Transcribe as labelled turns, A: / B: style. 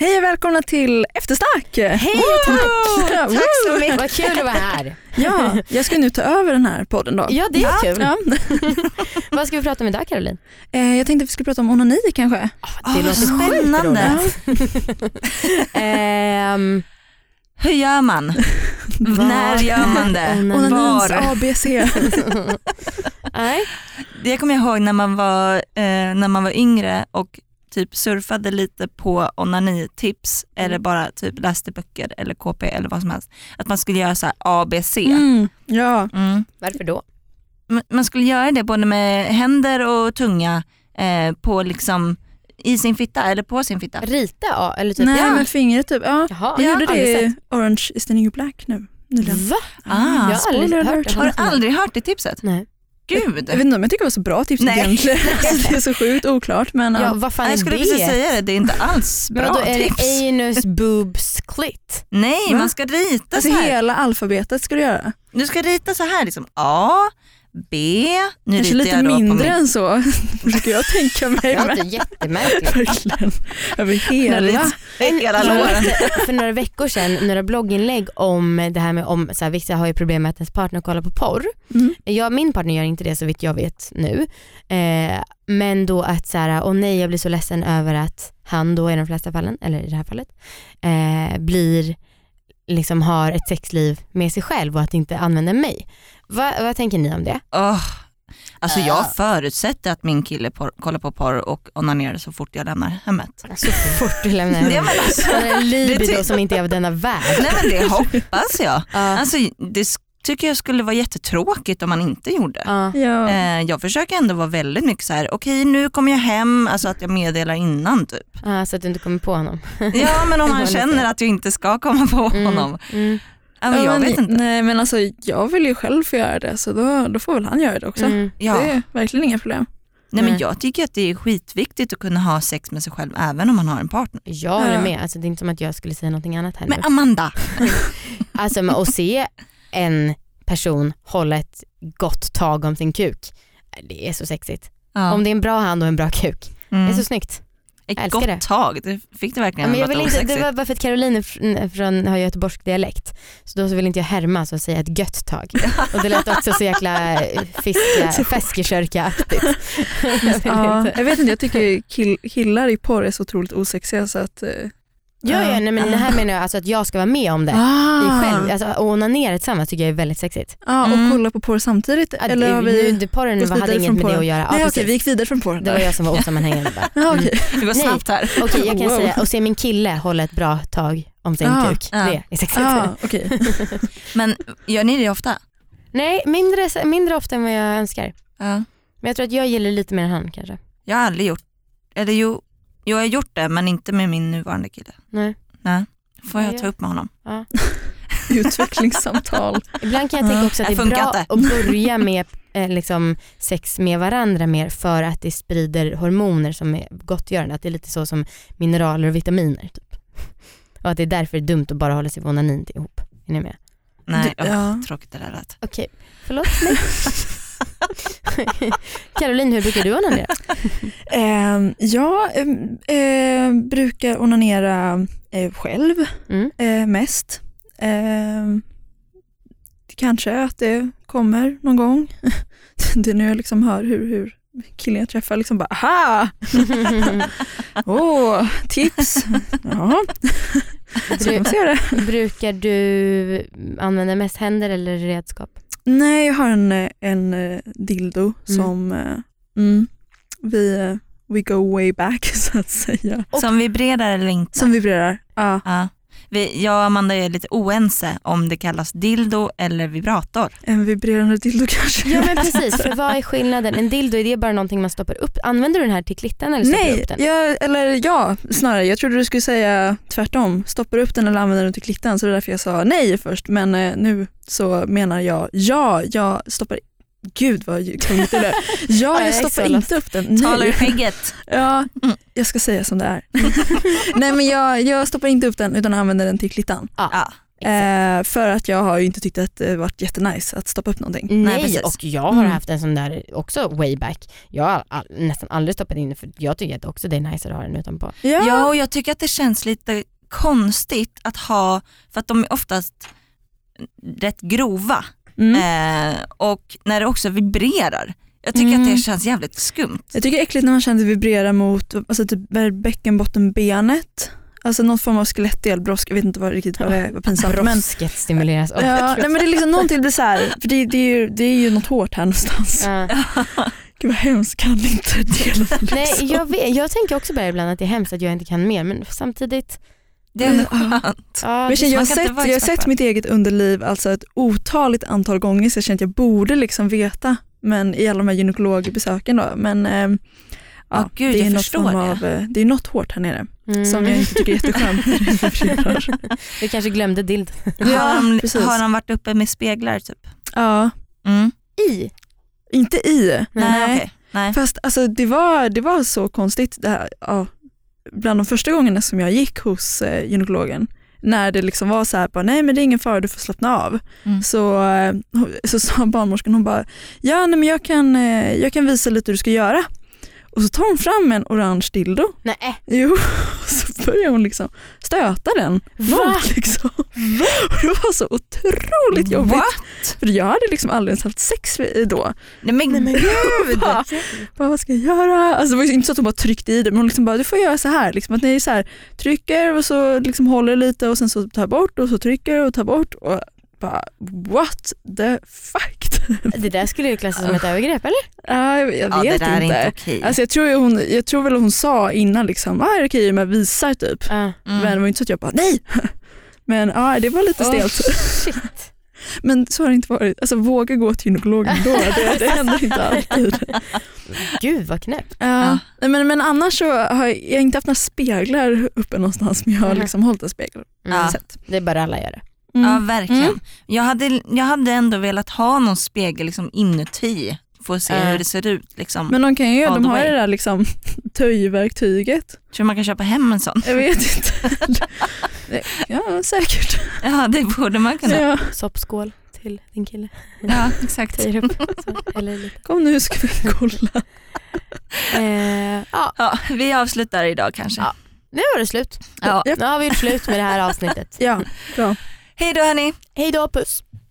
A: Hej och välkomna till Eftersnack!
B: Hej och tack!
A: Woo!
B: Tack så mycket, vad kul att vara här.
A: Ja, jag ska nu ta över den här podden då.
B: Ja, det är kul.
A: Ja.
B: Vad ska vi prata om idag Caroline?
A: Eh, Jag tänkte att vi skulle prata om onani kanske.
B: Ah, det låter
C: spännande.
B: skitroligt. Ehm,
C: Hur gör man?
B: Var
C: När gör man det?
B: är
A: Onanins
C: Var?
A: ABC.
B: nej.
C: Det kommer jag ihåg när man var, eh, när man var yngre och typ surfade lite på onanitips eller bara typ läste böcker eller KP eller vad som helst. Att man skulle göra så här ABC.
A: Mm. Ja.
C: Mm.
B: Varför då?
C: M- Man skulle göra det både med händer och tunga eh, på liksom i sin fitta eller på sin fitta.
B: Rita ja, eller typ?
A: Nej
B: ja.
A: men fingret typ. Ja.
B: Jaha,
A: Jag gjorde
B: aldrig
A: det i
B: sett.
A: Orange is the new black nu. Nyligen.
B: Va?
C: Ah,
B: jag har aldrig
A: spoiler
B: hört
A: alert.
B: det.
C: Har du aldrig hört det tipset?
B: Nej.
C: Gud.
A: Jag vet inte om jag tycker det var så bra tips
C: Nej.
A: egentligen. Alltså, det är så sjukt oklart men
B: Ja,
A: ja.
B: vad fan
C: Nej, jag
B: är
C: skulle
B: det?
C: precis säga det, det är inte alls
B: Men
C: bra
B: vadå, är
C: tips.
B: det anus, boobs, clit?
C: Nej,
A: Va?
C: man ska rita
A: Alltså
C: så här.
A: hela alfabetet ska du göra.
C: Du ska rita så här liksom A, B, nu
A: Kanske
C: ritar
A: lite
C: jag då
A: mindre
C: på min...
A: än så försöker jag tänka mig.
B: Det
A: men-
B: låter jättemärkligt.
A: Verkligen. Över hela.
C: Hela
B: Jag
C: låren.
B: läste för några veckor sedan några blogginlägg om det här med om, så här, vissa har ju problem med att ens partner kollar på porr.
A: Mm.
B: Jag, min partner gör inte det så vitt jag vet nu. Eh, men då att så här, åh nej jag blir så ledsen över att han då i de flesta fallen, eller i det här fallet, eh, blir, liksom har ett sexliv med sig själv och att inte använda mig. Va, vad tänker ni om det?
C: Åh. Alltså jag förutsätter att min kille por- kollar på porr och onanerar så fort jag lämnar hemmet.
A: Alltså,
B: Alltså, Så fort du lämnar
C: Det,
B: henne.
C: men alltså,
B: En
C: Det
B: libido
C: ty-
B: som inte är av denna värld.
C: nej men det hoppas jag.
B: Ja,
C: Alltså, det s- tycker jag skulle vara jättetråkigt om man inte gjorde.
B: ja.
A: Ja.
C: Eh, jag försöker ändå vara väldigt mycket så här. okej nu kommer jag hem, alltså att jag meddelar innan typ.
B: ja, så att du inte kommer på honom.
C: Ja men om han känner att jag inte ska komma på
B: Mm,
C: honom.
B: Mm.
C: Ja, men jag
A: men,
C: vet inte.
A: Nej men alltså jag vill ju själv få göra det så då, då får väl han göra det också.
B: Mm.
C: Ja.
A: Det är verkligen inga problem.
C: Nej, men
B: Nej.
C: jag tycker att det är skitviktigt att kunna ha sex med sig själv även om man har en partner.
B: Jag håller
A: Ja.
B: med, alltså, det är inte som att jag skulle säga någonting annat här nu.
C: Men Amanda,
B: Alltså men att se en person hålla ett gott tag om sin kuk, det är så sexigt.
C: ja.
B: Om det är en bra hand och en bra kuk, det är
C: mm.
B: så snyggt. jag
C: ett
B: älskar
C: gott
B: det.
C: tag, det fick det
B: Ja,
C: verkligen
B: men jag
C: låta
B: vill inte, det
C: osexigt.
B: var bara för att Caroline är fr- från, har göteborgsk dialekt, så då så vill inte jag härma så att säga ett gött tag. Och det lät också så jäkla eh, fiska,
A: Så
B: feskekörka-aktigt. Jag vill
A: Typ. Ja,
B: inte.
A: jag vet inte, jag tycker ju kill, killar i porr är så otroligt osexiga så att... eh,
B: Ja, ja, nej, men det här menar jag alltså att jag ska vara med om
A: Ah.
B: det. I själv,
A: ja.
B: alltså, att onanera tillsammans tycker jag är väldigt sexigt.
A: Ja, och
C: Mm.
A: kolla på porr samtidigt
B: Att,
A: eller har vi...
B: nu, det- porren
A: gått
B: hade
A: vidare
B: inget
A: från
B: med det
A: porren?
B: att göra. Ja,
A: nej okej,
B: precis.
A: vi gick vidare från porren
B: Det
A: där.
B: var jag som var osammanhängande bara.
A: Ja,
B: Mm.
A: okej.
C: Det var
B: Nej.
C: snabbt här.
B: Okej jag kan
A: Wow.
B: säga, och se min kille hålla ett bra tag om sin
A: Ja,
B: kuk.
C: ja.
B: Det är sexigt.
A: Ja, okej.
C: Men gör ni det ofta?
B: Nej, mindre, mindre ofta än vad jag önskar.
C: Ja.
B: Men jag tror att jag gillar det lite mer än han kanske.
C: Jag har aldrig gjort, eller jo, jo, jag har gjort det men inte med min nuvarande kille.
B: Nej.
C: Får
B: Ja.
C: jag ta upp med honom?
A: Utvecklingssamtal.
B: Ibland kan jag tänka också att
C: det
B: det är
C: funkar
B: bra
C: inte.
B: att börja med eh, liksom, sex med varandra mer för att det sprider hormoner som är gottgörande. Att det är lite så som mineraler och vitaminer. Typ. Och att det är därför det är dumt att bara hålla sig på onanin ihop. Är ni med?
C: Nej,
A: Du-
C: åh,
A: ja.
C: tråkigt det där lät.
B: Okej, förlåt mig. Caroline, hur brukar du onanera?
A: Ehm, jag ehm, ehm, brukar onanera eh, själv
B: Mm.
A: eh, mest. Ehm, kanske att det kommer någon gång. det är nu jag liksom hör hur, hur killen jag träffar liksom bara aha, åh, tips. ja, så kan
B: Bru-
A: man se det.
B: brukar du använda mest händer eller redskap?
A: Nej, jag har en, eh, en eh, dildo som eh, mm, vi eh, We go way back så att säga.
B: Och-
C: Som vibrerar eller inte?
A: Som vibrerar. Ja.
C: Ja. Vi, jag och Amanda är lite oense om det kallas dildo eller vibrator.
A: En vibrerande dildo kanske.
B: Ja men precis, för vad är skillnaden? En dildo, är det bara någonting man stoppar upp? Använder du den här till klittan eller stoppar du
A: Nej,
B: upp den?
A: jag, eller ja snarare. Jag trodde du skulle säga tvärtom. Stoppar upp den eller använder den till klittan så det är därför jag sa nej först. Men eh, nu så menar jag ja, jag stoppar Gud vad krångligt det blev. Ja,
B: Ja, jag är
A: jag stoppar
B: så
A: inte upp den.
C: Talar ur
A: Nej.
C: skägget.
A: Ja,
B: Mm.
A: jag ska säga som det är. nej men jag, jag stoppar inte upp den utan använder den till klittan.
C: Ja.
B: Exakt.
A: Eh, för att jag har ju inte tyckt att det varit jättenice att stoppa upp någonting.
B: Nej,
C: precis.
B: och jag har
A: Mm.
B: haft en sån där också way back. Jag har all, nästan aldrig stoppat in den för jag tycker att också det är nice att ha den utanpå.
A: Ja,
C: Ja, och jag tycker att det känns lite konstigt att ha, för att de är oftast rätt grova
A: Mm.
C: eh, och när det också vibrerar. Jag tycker att
A: Mm.
C: det känns jävligt skumt.
A: Jag tycker det är äckligt när man känner att det vibrerar mot alltså typ bäckenbottenbenet. Alltså någon form av skelettdel, brosk, jag vet inte vad, riktigt vad det är, vad pinsamt. Men,
B: Brosket stimuleras också.
A: ja, nej, men det är liksom någonting blir så här, för det, det, är ju, det är ju något hårt här någonstans.
B: Ja.
A: Gud vad hemskt, kan inte delen
B: Nej,
A: liksom.
B: jag, vet, jag tänker också bara ibland att det är hemskt att jag inte kan mer men samtidigt,
C: Det är ändå
A: Ja.
C: skönt.
A: Men
B: ja, det,
A: jag, känner, jag, har
C: man kan inte
A: sett,
C: vara
A: jag har
C: expert
A: sett
C: på
A: mitt eget underliv alltså ett otaligt antal gånger så jag känner att jag borde liksom veta men i alla de här gynekologbesöken då. Men ehm, ja,
C: Åh, gud,
A: det, är
C: jag
A: något
C: förstår
A: form
C: det.
A: av, eh, det är något hårt här nere
B: mm,
A: som jag inte tycker är jätteskönt.
B: du kanske glömde dild
C: har, de,
A: precis.
C: har de varit uppe med speglar typ?
A: ja,
C: Mm.
B: i.
A: inte i.
B: Nej,
C: okej. Nej.
A: Fast alltså, det, var, det var så konstigt det här. Ja, bland de första gångerna som jag gick hos eh, gynekologen när det liksom var så här, bara, nej men det är ingen fara du får slappna av.
C: Mm.
A: Så, eh, så sa barnmorskan, hon bara, ja nej, men jag kan, eh, jag kan visa lite hur du ska göra. Och så tar hon fram en orange dildo.
B: Nej,
A: Jo, och så börjar hon liksom stöta den
B: Va?
A: mot liksom. Och det var så otroligt jobbigt. För jag hade liksom aldrig ens haft sex eh, då.
C: Nej men,
A: Nej, men
C: gud!
A: Bara, bara, vad ska jag göra? Alltså, det var ju inte så att hon bara tryckte i det men hon liksom bara du får göra så här. Liksom, att ni så här, trycker och så liksom håller lite och sen så tar bort och så trycker och tar bort. Och bara, what the fuck?
B: det där skulle ju klassas som ett övergrepp eller?
A: Ja, jag, jag
C: Ja, det
A: vet
C: där
A: inte.
C: är inte okej.
A: Alltså, jag, tror ju hon, jag tror väl hon sa innan liksom, ah, är det okej om jag visar typ.
B: Ja.
C: Mm.
A: Men det var inte så att jag bara nej. Men ja, det var lite
B: Åh,
A: stelt.
B: shit.
A: Men så har det inte varit. Alltså våga gå till gynekologen då. Det, det händer inte alltid.
B: Gud vad knäppt.
A: Ja. Nej, Men, men annars så har jag, jag har inte haft några speglar uppe någonstans men jag har
B: Mhm.
A: liksom hållit en spegel.
B: Mm.
C: Ja.
A: Sett.
B: Det är bara alla gör det.
A: Mm.
C: Ja verkligen.
A: Mm.
C: Jag, hade, jag hade ändå velat ha någon spegel liksom inuti för att se
B: Äh.
C: hur det ser ut. Liksom.
A: Men de kan ju,
C: All
A: de
C: the
A: har ju
C: way.
A: det där liksom töjverktyget.
C: Tror du man kan köpa hem en sån?
A: Jag vet inte. Nej, ja säkert.
C: Ja det borde man kunna.
A: Ja.
B: Soppskål till din kille.
C: Ja exakt.
B: Säger upp. Så, eller lite.
A: Kom nu ska vi kolla.
B: Eh, ja,
C: Ja, vi avslutar idag kanske.
B: Ja. nu var det slut.
C: Ja.
A: Ja.
B: Nu har vi gjort slut med det här avsnittet.
A: Ja.
C: Hej då hörni.
B: Hej då, puss.